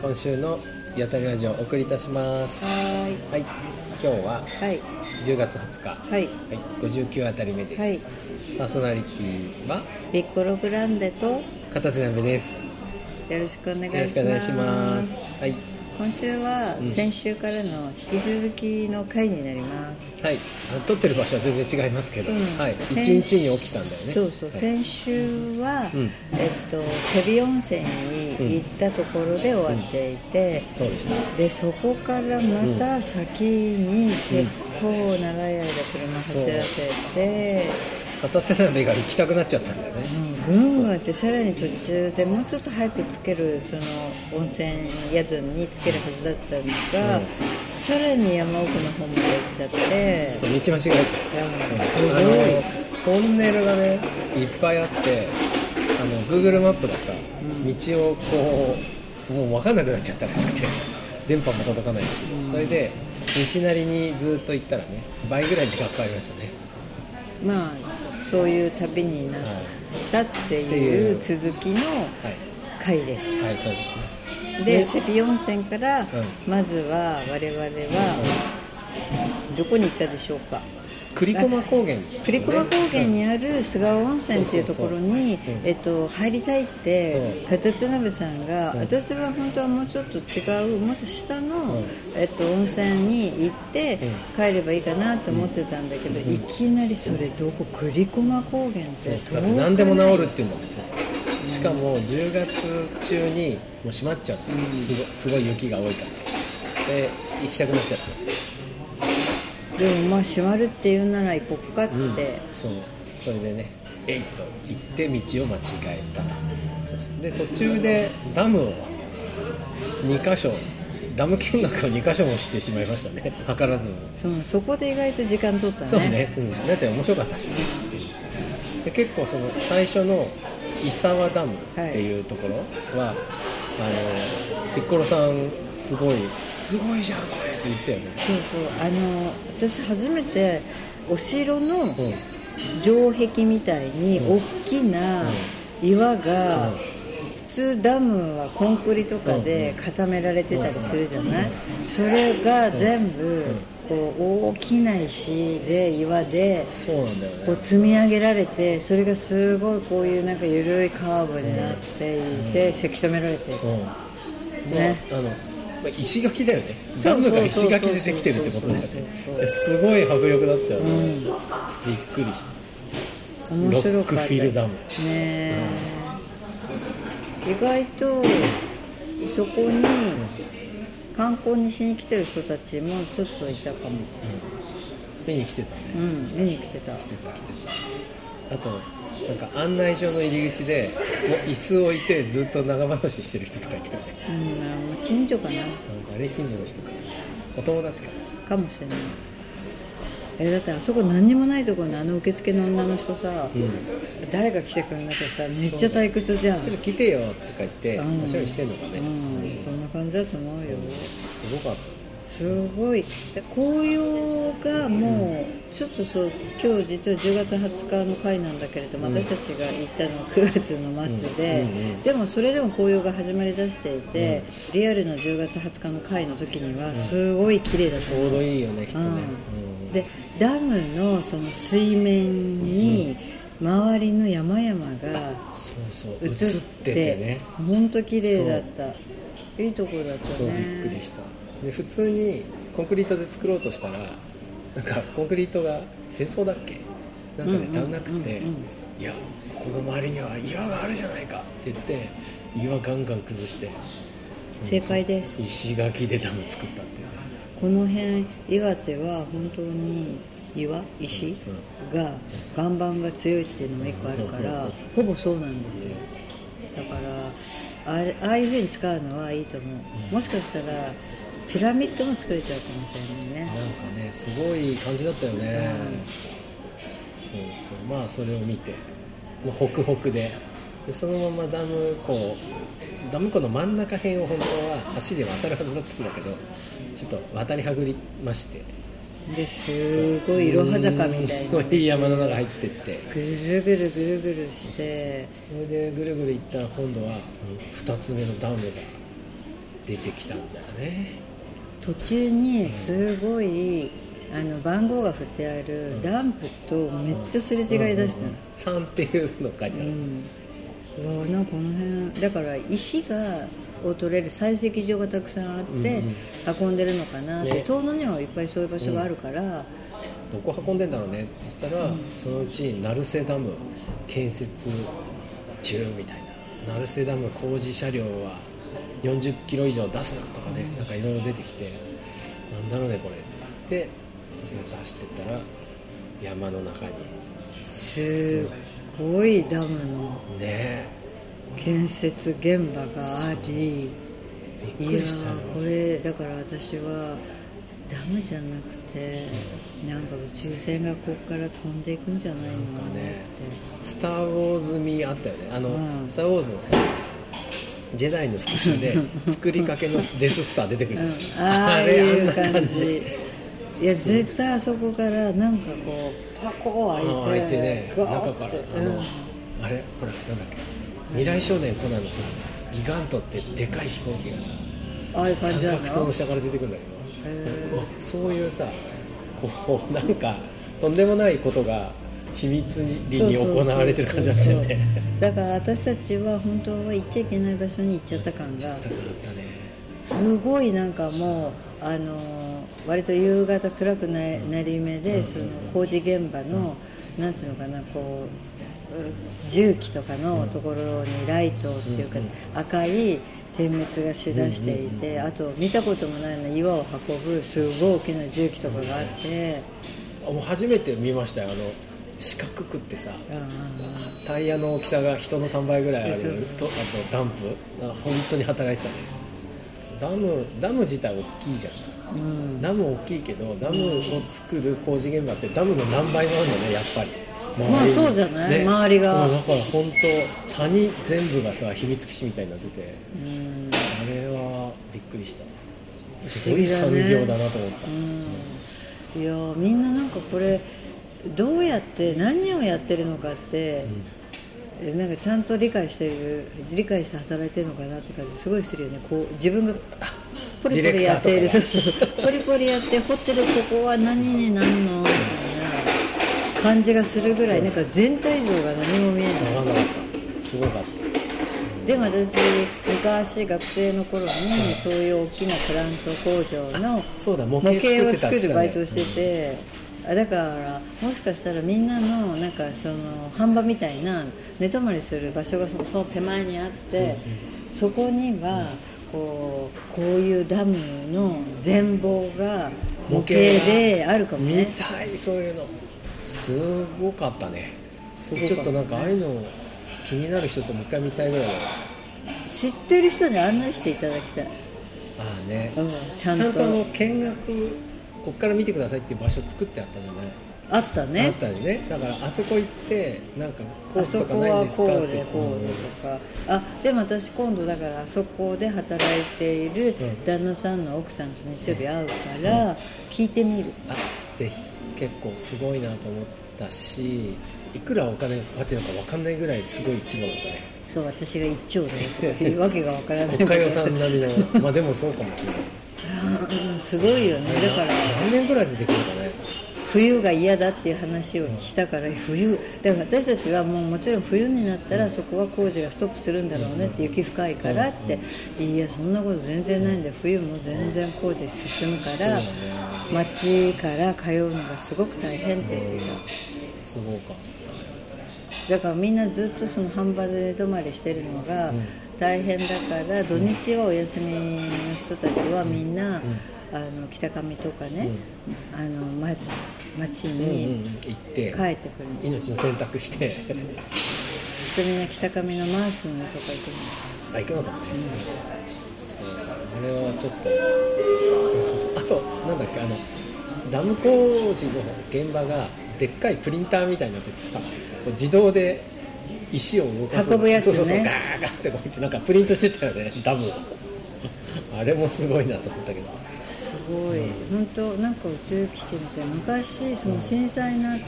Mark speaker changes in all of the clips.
Speaker 1: 今週のやたりラジオお送りいたします
Speaker 2: は
Speaker 1: はい今日は
Speaker 2: ーいはい
Speaker 1: 10月20日は
Speaker 2: はい
Speaker 1: い、59あたり目です、
Speaker 2: はい
Speaker 1: パーソナリティは
Speaker 2: ピッコログランデと
Speaker 1: 片手鍋です
Speaker 2: よろしくお願いします
Speaker 1: よろしくお願いしますはい
Speaker 2: 今週は
Speaker 1: ん
Speaker 2: 先週からの引き続きの回になります、
Speaker 1: はいあの撮ってる場所は全然違いますけど、
Speaker 2: そうなん
Speaker 1: はい、
Speaker 2: です
Speaker 1: 1日
Speaker 2: よ
Speaker 1: に起きたんだよね
Speaker 2: そうそう、
Speaker 1: はい
Speaker 2: 先週は、
Speaker 1: うん
Speaker 2: えっとセビ温泉に行ったところで終わっていて、
Speaker 1: そうでした
Speaker 2: でそこからまた先に結構長い間車走らせて、
Speaker 1: 片手鍋が行きたくなっちゃったんだよね
Speaker 2: ぐんぐんやってさらに途中でもうちょっと早くつけるその温泉宿につけるはずだったのが、
Speaker 1: うん
Speaker 2: さらに山奥の方まで行っちゃって
Speaker 1: そう道間違えて
Speaker 2: いやもうすごい、
Speaker 1: あのトンネルがねいっぱいあってあの Google マップがさ、道をこうもう分かんなくなっちゃったらしくて 電波も届かないし、それで道なりにずっと行ったらね倍ぐらい時間かかりましたね
Speaker 2: まあそういう旅になったって
Speaker 1: はい
Speaker 2: い
Speaker 1: っ
Speaker 2: う
Speaker 1: て
Speaker 2: 続きの
Speaker 1: は
Speaker 2: 回です
Speaker 1: い、はい、そうですね
Speaker 2: で
Speaker 1: ね
Speaker 2: セピ温泉からまずは我々はどこに行ったでしょうか
Speaker 1: 栗駒高原
Speaker 2: 栗駒高原にある菅生温泉っていうところに
Speaker 1: そうそうそううん
Speaker 2: えっと入りたいって片手鍋さんが
Speaker 1: うん
Speaker 2: 私は本当はもうちょっと違うもっと下
Speaker 1: う
Speaker 2: の
Speaker 1: ん
Speaker 2: えっと温泉に行って
Speaker 1: ん
Speaker 2: 帰ればいいかなと思ってたんだけどいきなりそれどこ栗駒高原って
Speaker 1: だって何でも治るっていうんだもんさしかも10月中にもう閉まっちゃって、すごすごい雪が多いからで行きたくなっちゃって
Speaker 2: でもまあ閉まるっていうなら行こっかって、
Speaker 1: そうそれでねえいと行って道を間違えたとで途中でダムを2箇所ダム見学を2箇所もしてしまいましたね図らずも
Speaker 2: そのそこで意外と時間取ったね
Speaker 1: そうね、うん、だって面白かったしで結構その最初の伊沢ダムっていうところは、あのピッコロさんすごい「すごいじゃんこれ」って言ってたよね
Speaker 2: そうそうあの私初めてお城の
Speaker 1: うん
Speaker 2: 城壁みたいに大きな岩が
Speaker 1: うん
Speaker 2: 普通ダムはコンクリとかで固められてたりするじゃないそれが全部こう大きな石で岩で
Speaker 1: そうなんだよね
Speaker 2: こう積み上げられてそれがすごいこういうなんか緩いカーブになっていてせき止められていく
Speaker 1: うん、
Speaker 2: ね
Speaker 1: まああのまあ石垣だよね
Speaker 2: そ
Speaker 1: ダ
Speaker 2: うそう
Speaker 1: ム
Speaker 2: そうそう
Speaker 1: が石垣でできてるってことだよ
Speaker 2: そうそうそ
Speaker 1: ね
Speaker 2: う
Speaker 1: すごい迫力だったよね、
Speaker 2: うん
Speaker 1: びっくりした
Speaker 2: 面白かった
Speaker 1: ロックフィルダム
Speaker 2: ねえ、意外とそこに観光にしに来てる人たちもちょっといたかも
Speaker 1: 見に来てたね
Speaker 2: うん見に来てた
Speaker 1: 来てた来てたあとなんか案内所の入り口でもう椅子を置いてずっと長話してる人とかいてるね
Speaker 2: うん近所かな
Speaker 1: なんかあれ近所の人かなお友達かな
Speaker 2: かもしれないえだってあそこ何にもないところにあの受付の女の人さ、誰が来てくれなきゃさめっちゃ退屈じゃん
Speaker 1: ちょっと来てよとか言って
Speaker 2: うん
Speaker 1: おしゃべりしてんのかね、
Speaker 2: うんそんな感じだと思うよ
Speaker 1: すごかった
Speaker 2: すごいで紅葉がもうちょっとそう今日実は10月20日の回なんだけれども、私たちが行ったのは9月の末で、でもそれでも紅葉が始まりだしていて、リアルの10月20日の回の時にはすごい綺麗だった
Speaker 1: ちょうどいいよねきっとね、
Speaker 2: うん
Speaker 1: うん
Speaker 2: でダムのその水面に周りの山々
Speaker 1: そ
Speaker 2: が
Speaker 1: うそう
Speaker 2: 映
Speaker 1: 映
Speaker 2: っ
Speaker 1: ってててね
Speaker 2: 本当綺麗だったいいとこだった
Speaker 1: そう
Speaker 2: ね
Speaker 1: びっくりしたで普通にコンクリートで作ろうとしたらなんかコンクリートが戦争だっけなんか
Speaker 2: う
Speaker 1: ね
Speaker 2: んうん
Speaker 1: 足んなくて、
Speaker 2: うんうん
Speaker 1: いやここの周りには岩があるじゃないかって言って岩ガンガン崩して
Speaker 2: 正解です
Speaker 1: 石垣でダム作ったっていうね
Speaker 2: この辺岩手は本当に岩石が岩盤が強いっていうのも一個あるからほぼそうなんですよだからあれああいうふうに使うのはいいと思うもしかしたらピラミッドも作れちゃうかもしれない
Speaker 1: な
Speaker 2: ね
Speaker 1: んかねすごい感じだったよね、そうそうまあそれを見てもうホクホクででそのままダム湖ダム湖の真ん中辺を本当は橋で渡るはずだったんだけどちょっと渡りはぐりまして
Speaker 2: ですごいいろは坂みたいな
Speaker 1: うんすごい山の中入ってって
Speaker 2: ぐるぐるぐるぐるして
Speaker 1: それでぐるぐる行ったら今度は2つ目のダムが出てきたんだよね
Speaker 2: 途中にすごいあの番号が振ってあるダンプとめっちゃすれ違い出したの、
Speaker 1: 3っていうの書いてある、
Speaker 2: うん、うわなんかこの辺だから石がを取れる採石場がたくさんあって運んでるのかなって、
Speaker 1: ね
Speaker 2: 遠野にはいっぱいそういう場所があるから、
Speaker 1: どこ運んでんだろうねってしたら、そのうち成瀬ダム建設中みたいな成瀬ダム工事車両は40キロ以上出すなとかね、なんかいろいろ出てきてなんだろうねこれって言ってずっと走ってったら山の中に
Speaker 2: すごいダムの
Speaker 1: ねえ
Speaker 2: 建設現場があり
Speaker 1: びっくりしたよ
Speaker 2: いやーこれだから私はダムじゃなくてなんか宇宙船がここから飛んでいくんじゃないの
Speaker 1: なん
Speaker 2: か
Speaker 1: か
Speaker 2: なって、
Speaker 1: ね「スター・ウォーズ」味あったよねあの、
Speaker 2: うん
Speaker 1: スター・ウォーズ」のさジェダイの復讐で作りかけのデススター出てくるじゃん、
Speaker 2: うん、ああいう感じいや絶対あそこからなんかこうパコ
Speaker 1: あ
Speaker 2: ー
Speaker 1: ー
Speaker 2: 開
Speaker 1: 開
Speaker 2: い
Speaker 1: い
Speaker 2: て
Speaker 1: てね
Speaker 2: ガー
Speaker 1: 中
Speaker 2: ッ
Speaker 1: から
Speaker 2: て
Speaker 1: あの、あれほらなんだっけ「未来少年コナン」のさギガントってでかい飛行機がさ
Speaker 2: うん、ああいう感
Speaker 1: 三
Speaker 2: じなの
Speaker 1: 角塔の下から出てくるんだけど、そういうさこうなんかとんでもないことが秘密裏に行われてる感じだったよね
Speaker 2: そうそうそうだから私たちは本当は行っちゃいけない場所に行っちゃった感が
Speaker 1: 高かったね
Speaker 2: すごいなんかもうあのー割と夕方暗くななり目でその工事現場のなんていうのかなこうう重機とかのところにライトっていうか赤い点滅がしだしていてあと見たこともないような岩を運ぶすごい大きな重機とかがあって
Speaker 1: あもう初めて見ましたよあの四角くってさ
Speaker 2: あー
Speaker 1: タイヤの大きさが人の3倍ぐらいあ
Speaker 2: そうそう
Speaker 1: るとあとダンプあ本当に働いてたねダムダム自体大きいじゃん、ダム大きいけどダムを作る工事現場ってダムの何倍もあるのねやっぱり
Speaker 2: まあ
Speaker 1: 周りに
Speaker 2: そうじゃない周りが
Speaker 1: うんだから本当谷全部がさ秘密基地みたいになってて
Speaker 2: うん
Speaker 1: あれはびっくりしたす
Speaker 2: 不思
Speaker 1: ごい
Speaker 2: 議だ
Speaker 1: 産
Speaker 2: ね
Speaker 1: 業だなと思った、
Speaker 2: うんいやーみんななんかこれどうやって何をやってるのかって、えなんかちゃんと理解してる理解して働いてるのかなって感じすごいするよねこう自分がポリ
Speaker 1: デ
Speaker 2: ポ
Speaker 1: ィレク
Speaker 2: リ
Speaker 1: タ
Speaker 2: や
Speaker 1: ー
Speaker 2: っ
Speaker 1: とか
Speaker 2: てい
Speaker 1: が
Speaker 2: るそうそうそうポリポリやってホテルここは何になるのみたいな感じがするぐらいなんか全体像が何も見えない
Speaker 1: 分かんなかったすごかった
Speaker 2: でも私昔学生の頃にそういう大きなプラント工場の
Speaker 1: そうだ模
Speaker 2: 模
Speaker 1: 型
Speaker 2: 型
Speaker 1: 作っ
Speaker 2: を
Speaker 1: てたっつ
Speaker 2: 作
Speaker 1: ってたね
Speaker 2: るバイトをしてて、あだからもしかしたらみんなのなんかその販売みたいな寝泊まりする場所がそその手前にあって、そこにはこうこういうダムの全貌が模型であるかも
Speaker 1: 見
Speaker 2: ね
Speaker 1: たいそういうのすごかったね
Speaker 2: すごかったね
Speaker 1: ちょっとなんかああいうの気になる人ともう一回見たいぐらいだよ
Speaker 2: 知ってる人に案内していただきたい、
Speaker 1: ああね、
Speaker 2: うん、ちゃん
Speaker 1: ちゃん
Speaker 2: と
Speaker 1: とあの見学こっから見てくださいっていう場所作ってあったじゃない
Speaker 2: あったね
Speaker 1: あったよねだからあそこ行ってなんかコー
Speaker 2: あ
Speaker 1: ス
Speaker 2: そ
Speaker 1: とか
Speaker 2: こ
Speaker 1: ないん
Speaker 2: は
Speaker 1: です
Speaker 2: こ
Speaker 1: か
Speaker 2: う
Speaker 1: って
Speaker 2: でこうでとか、あでも私今度だからあそこで働いている
Speaker 1: ん
Speaker 2: 旦那さんの奥さんと日曜日会うから聞いてみる、
Speaker 1: あぜひ結構すごいなと思ったしいくらお金がかかってるのか分かんないぐらいすごい規模だった ね
Speaker 2: そう私が一丁だよとかいうわけがわからない
Speaker 1: 国家予算並みのまあでもそうかもしれない
Speaker 2: うんすごいよねだから
Speaker 1: 何年ぐらいでできるかね
Speaker 2: 冬が嫌だっていう話をしたから冬だから私たちはもうもちろん冬になったらそこは工事がストップするんだろうねって雪深いからっていやそんなこと全然ないんで冬も全然工事進むから町から通うのがすごく大変って言って
Speaker 1: すごかった
Speaker 2: ただからみんなずっとその半端で寝泊まりしてるのが大変だから土日はお休みの人たちはみんなあの北上とかねあの、ま、町
Speaker 1: うん
Speaker 2: に
Speaker 1: 行って
Speaker 2: 帰ってくるの
Speaker 1: 命の選択して
Speaker 2: ちみに北上のマーシンのとか行くの
Speaker 1: あ行くのかもね、そうあれはちょっとそうそうあとなんだっけあのダム工事の現場がでっかいプリンターみたいになっててさこう自動で石を動かす
Speaker 2: 運ぶやつね
Speaker 1: そうそうそうガーガ ーってこうやってなんかプリントしてたよねダムをあれもすごいなと思ったけど
Speaker 2: すごい、本当なんか宇宙基地みたいな昔その震災の後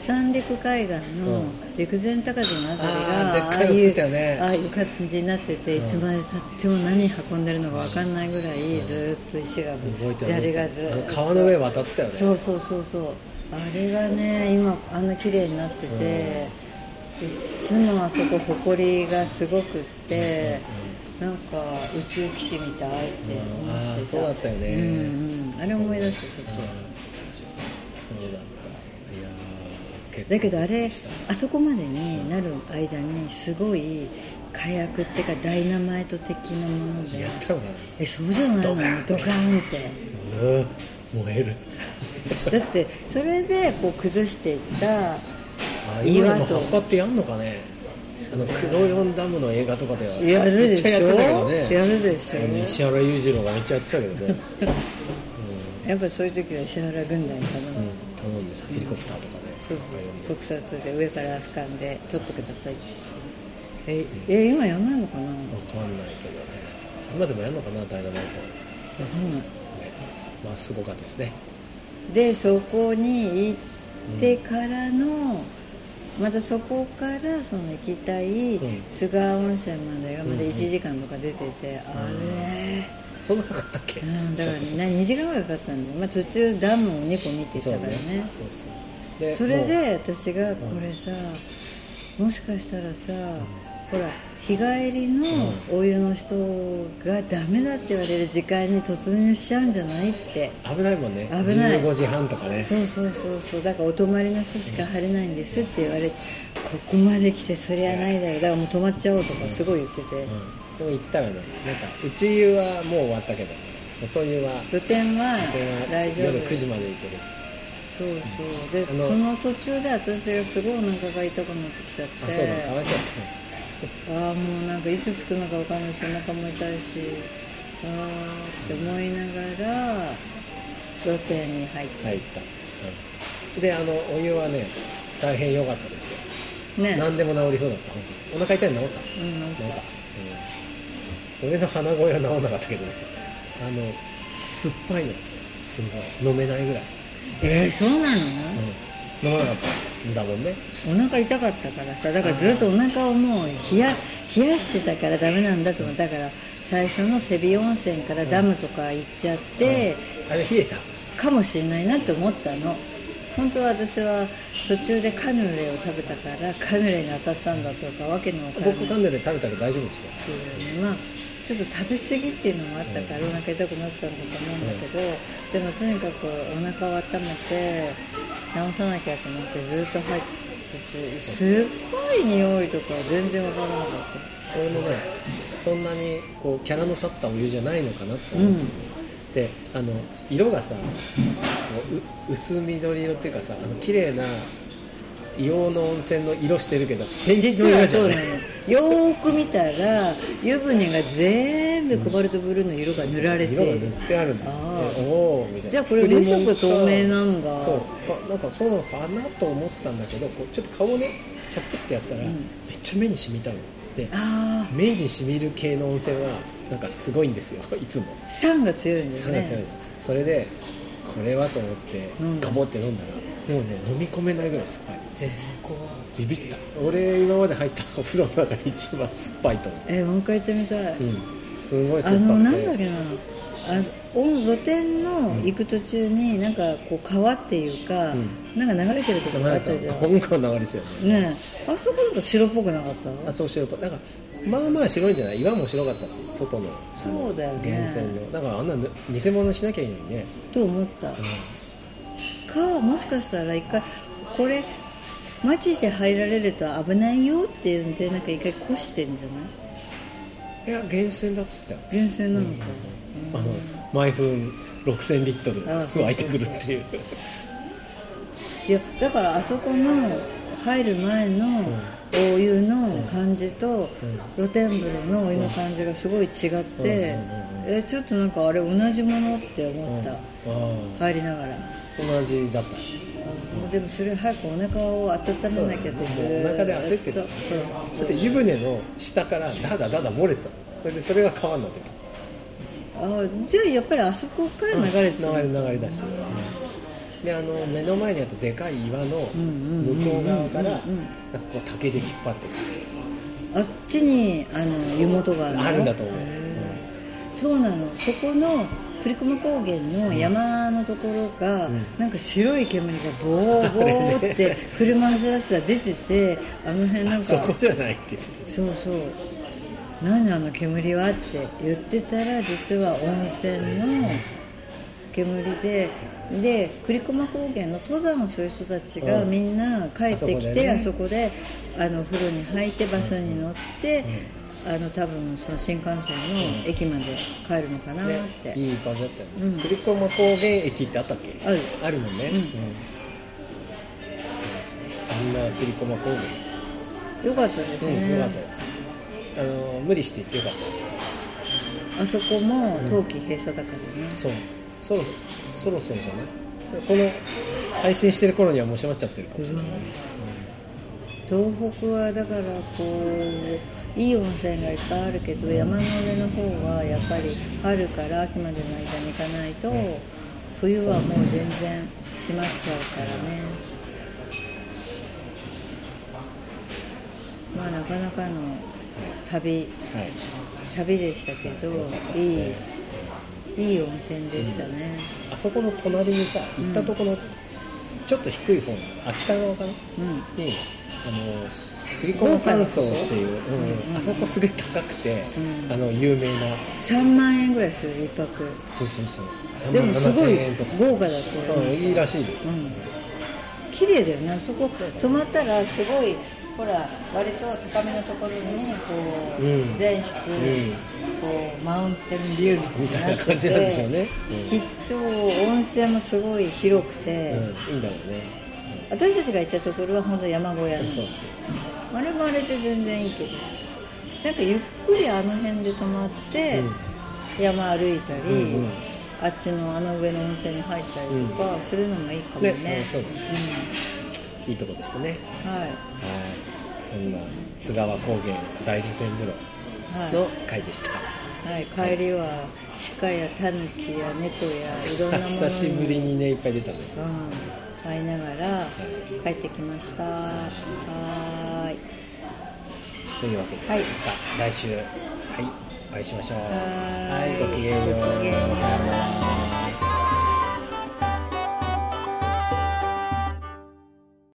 Speaker 2: 三陸海岸の陸前高田の辺
Speaker 1: あ
Speaker 2: りが、
Speaker 1: ー
Speaker 2: あ
Speaker 1: でっ
Speaker 2: あ
Speaker 1: かいの
Speaker 2: い
Speaker 1: 作っちゃ
Speaker 2: う、
Speaker 1: うね
Speaker 2: ああいう感じになってていつまでたっても何運んでるのか分かんないぐらいずーっと石が
Speaker 1: 動いてる
Speaker 2: 砂利がずーっと
Speaker 1: 川の上渡ってたよね
Speaker 2: そうそうそうそうあれがね今あんな綺麗になってて、いつもあそこ埃がすごくって、なんか宇宙基地みたいって思ってた、
Speaker 1: あーそうだったよね
Speaker 2: うんうん、あれ思い出したちょっと
Speaker 1: そうだったいやー結構
Speaker 2: だけどあれあそこまでになる間にすごい火薬っていうかダイナマイト的なもので
Speaker 1: やったのかな
Speaker 2: えそうじゃないのドカンって。
Speaker 1: うん燃える
Speaker 2: だってそれでこう崩していった
Speaker 1: あ今
Speaker 2: 岩
Speaker 1: でも
Speaker 2: と
Speaker 1: 葉っぱってやんのかねあのクロヨンダムの映画とかでは
Speaker 2: やる
Speaker 1: め
Speaker 2: で
Speaker 1: っち
Speaker 2: しょ
Speaker 1: ゃやってたけどね
Speaker 2: やるでしょ
Speaker 1: 西原裕次郎がめっちゃやってた けどね
Speaker 2: やっぱそういう時は石原軍団に頼む、
Speaker 1: 頼んでヘリコプターとかね
Speaker 2: そうそうそう特撮で上から俯瞰で撮ってくださいええ今やんないのかなわ
Speaker 1: わかんないけどね今でもやるのかなダイナマイト
Speaker 2: かんない
Speaker 1: ねまあすごかったですね
Speaker 2: でそこに行ってからの、またそこからその行きたい
Speaker 1: うん
Speaker 2: 菅温泉までがまだ1時間とか出てて、あれ
Speaker 1: そんなかかったっけ
Speaker 2: うん、だからね2時間ぐらいかかったんで、まあ、途中ダムを2個見ていっ
Speaker 1: そ
Speaker 2: た
Speaker 1: う
Speaker 2: から
Speaker 1: ね
Speaker 2: ね
Speaker 1: そうそう
Speaker 2: それで私がこれさ、もしかしたらさ、ほら日帰りのお湯の人がダメだって言われる時間に突入しちゃうんじゃないって
Speaker 1: もう危ないもんね
Speaker 2: 危ない
Speaker 1: 15時半とかね
Speaker 2: そうそうそうそうだからお泊まりの人しか入れないんですって言われてここまで来てそりゃないだろだからもう泊まっちゃおうとかすごい言ってて、
Speaker 1: でも行ったらねなんか内湯はもう終わったけど外湯は
Speaker 2: 露店は
Speaker 1: これは
Speaker 2: 大丈夫
Speaker 1: 夜9時まで行ける
Speaker 2: そうそう
Speaker 1: あ
Speaker 2: で
Speaker 1: の
Speaker 2: その途中で私がすごいお腹が痛くなってきちゃっ
Speaker 1: あそうだかわ
Speaker 2: て
Speaker 1: いそう
Speaker 2: ああもうなんかいつ着くのか分かんないしお腹も痛いしああって思いながら露店に入っ
Speaker 1: だったねはい行った、うん、であのお湯はね大変良かったですよ、
Speaker 2: てね
Speaker 1: 何でも治りそうだった本当にお腹痛いの治った
Speaker 2: うんなんか
Speaker 1: なんか、うん、俺の鼻声は治んなかったけどねあの酸っぱいのすごい飲めないぐらい、
Speaker 2: えー、そうなの、
Speaker 1: うん、飲まなかったんだもんね
Speaker 2: お腹痛かったからさだからずっとお腹をもう冷や冷やしてたからダメなんだと思うだから最初の瀬尾温泉からダムとか行っちゃって、
Speaker 1: あれ冷えた
Speaker 2: かもしれないなって思ったの本当は私は途中でカヌレを食べたからカヌレに当たったんだとかわけのわからない
Speaker 1: 僕カンヌレ食べたけど大丈夫でした
Speaker 2: っていうのはちょっと食べ過ぎっていうのもあったからお腹痛くなったんだと思うんだけど、でもとにかくお腹を温めて治さなきゃと思ってずっと入っててすっごい匂いとか全然わからなかった
Speaker 1: 俺もねそんなにこうキャラの立ったお湯じゃないのかなって思って、であの色がさこうう薄緑色っていうかさあの綺麗な硫黄の温泉の色してるけど変気の
Speaker 2: 実
Speaker 1: 色
Speaker 2: は
Speaker 1: じゃ
Speaker 2: そう
Speaker 1: な
Speaker 2: ないのよーく見たら湯船が全部コバルトブルーの色が塗られ
Speaker 1: 色が
Speaker 2: て
Speaker 1: 塗
Speaker 2: い
Speaker 1: っ
Speaker 2: る
Speaker 1: てあるんだ
Speaker 2: あー
Speaker 1: でおおみたいな
Speaker 2: じゃあこれ
Speaker 1: 作り物
Speaker 2: 無色透明なんだ
Speaker 1: そうかなんかそうなのかなと思ったんだけどこうちょっと顔をねチャップってやったら、めっちゃ目に染みたので
Speaker 2: あ
Speaker 1: 目に染みる系の温泉はなんかすごいん ですよいつも
Speaker 2: あ酸が強いんだよ
Speaker 1: 酸が強い
Speaker 2: ね
Speaker 1: のそれでこれはと思って
Speaker 2: うん
Speaker 1: ガボって飲んだら、もうね飲み込めないぐらい酸っぱい
Speaker 2: えー怖い
Speaker 1: ビビった俺今まで入ったお風呂の中で一番酸っぱいと思
Speaker 2: えーもう一回行ってみたい、
Speaker 1: う、うん、すごい
Speaker 2: あ
Speaker 1: 酸っぱくて
Speaker 2: のなんだっけなあお露天の行く途中になんかこう川っていうか、
Speaker 1: ん
Speaker 2: なんか流れてるとこがあったじゃん
Speaker 1: 香港の流れですよね
Speaker 2: ねえあそこなんか白っぽくなかっ
Speaker 1: あ
Speaker 2: た
Speaker 1: そう白かだからまあまあ白いんじゃない岩も白かったし外の
Speaker 2: そうだよね
Speaker 1: 源泉のだからあんなぬ偽物にしなきゃいいのにね
Speaker 2: と思った、かもしかしたら一回これマジで入られると危ないよっていうんでなんか一回越してんじゃない
Speaker 1: いや源泉だっつってたよ
Speaker 2: 源泉なのか、
Speaker 1: あの毎分6000リットル
Speaker 2: あそうそう
Speaker 1: 湧いてくるっていう
Speaker 2: いやだからあそこの入る前のお湯の感じと露天風呂のお湯の感じがすごい違ってえちょっとなんかあれ同じものって思った
Speaker 1: ああ
Speaker 2: 入りながら
Speaker 1: 同じだった
Speaker 2: あでもそれ早くお腹を温めなきゃってずーっと
Speaker 1: お腹で焦ってた
Speaker 2: そう
Speaker 1: だって湯船の下からダダダダ漏れてたのそれでそれが川になってた
Speaker 2: あじゃあやっぱりあそこから流れてた
Speaker 1: 流れ流れ出して、うんであの目の前にあったでかい岩の
Speaker 2: んうんうんうん
Speaker 1: 向こう側からなんか
Speaker 2: うんうん
Speaker 1: こう竹で引っ張って
Speaker 2: あっちにあの湯本があるの
Speaker 1: あるんだと思う
Speaker 2: へえそうなのそこの栗駒高原の山のところが、なんか白い煙がボーボーって車走らせたら出ててあの辺なん
Speaker 1: くる
Speaker 2: か
Speaker 1: そこじゃないって言ってた
Speaker 2: そうそう何あの煙はって言ってたら実は温泉の煙でで栗駒高原の登山をする人たちが
Speaker 1: うん
Speaker 2: みんな帰ってきて、あ
Speaker 1: あ
Speaker 2: そ
Speaker 1: そ
Speaker 2: こであの風呂に入ってバスに乗って、あの多分その新幹線の駅まで帰るのかなっ
Speaker 1: ね
Speaker 2: て、、
Speaker 1: いい感じだったよね、
Speaker 2: うん
Speaker 1: 栗駒高原駅ってあったっけ
Speaker 2: ある
Speaker 1: あるもんね、
Speaker 2: うん
Speaker 1: うんそうですねそんな栗駒高原
Speaker 2: よかったです
Speaker 1: うん、
Speaker 2: ね、
Speaker 1: よかったですあの無理して行ってよかった
Speaker 2: あそこも冬季閉鎖だからね、
Speaker 1: そうそろそろそろじゃないこの配信してる頃にはもう閉まっちゃってるかもしれない、
Speaker 2: 東北はだからこういい温泉がいっぱいあるけど山の上の方はやっぱり春から秋までの間に行かないと冬はもう全然閉まっちゃうからねまあなかなかの旅
Speaker 1: はい
Speaker 2: 旅でしたけどいいいい温泉でしたね
Speaker 1: あそこの隣にさ行ったとこのちょっと低い方のあ北側かなに
Speaker 2: う
Speaker 1: あ
Speaker 2: ん
Speaker 1: の栗駒山荘っていう、
Speaker 2: どうか
Speaker 1: う
Speaker 2: な
Speaker 1: んあそこすごい高くて、
Speaker 2: うん
Speaker 1: あの有名な
Speaker 2: 3万円ぐらいする一泊
Speaker 1: そうそうそう
Speaker 2: で
Speaker 1: 3
Speaker 2: も
Speaker 1: 万
Speaker 2: すご
Speaker 1: 7000
Speaker 2: い
Speaker 1: 円とか、
Speaker 2: 豪華だったよ
Speaker 1: うん、
Speaker 2: ね
Speaker 1: いいらしいですよ、
Speaker 2: うん綺麗だよねあそこ泊まったらすごいほら割と高めのところにこう、
Speaker 1: うん
Speaker 2: 全室、
Speaker 1: ん
Speaker 2: こうマウンテンビューみたいになってて
Speaker 1: みたいな感じなんでしょうねうん
Speaker 2: きっと温泉もすごい広くて、
Speaker 1: うん、いいんだろうね、
Speaker 2: 私たちが行ったところは本当山小屋
Speaker 1: う
Speaker 2: の
Speaker 1: ん、そうそうそう
Speaker 2: あれもあれで全然いいけどなんかゆっくりあの辺で泊まって、山歩いたり、
Speaker 1: うんうん
Speaker 2: あっちのあの上の温泉に入ったりとかするのもいいかもね,、
Speaker 1: ねうんそうだねいいとこでしたね
Speaker 2: うん、はい
Speaker 1: はい、そんな菅川高原大露天風
Speaker 2: はい
Speaker 1: 呂の回でした。
Speaker 2: はい、帰りは鹿やタヌキや猫やいろんなもの に
Speaker 1: 久しぶりにねいっぱい出たね。
Speaker 2: うん、会いながら帰ってきましたはーい
Speaker 1: というわけで、
Speaker 2: はい
Speaker 1: また来週はいお会いしましょう。
Speaker 2: は
Speaker 1: はいい、ごきげんよう。
Speaker 2: ごきげんよう
Speaker 1: さようなら。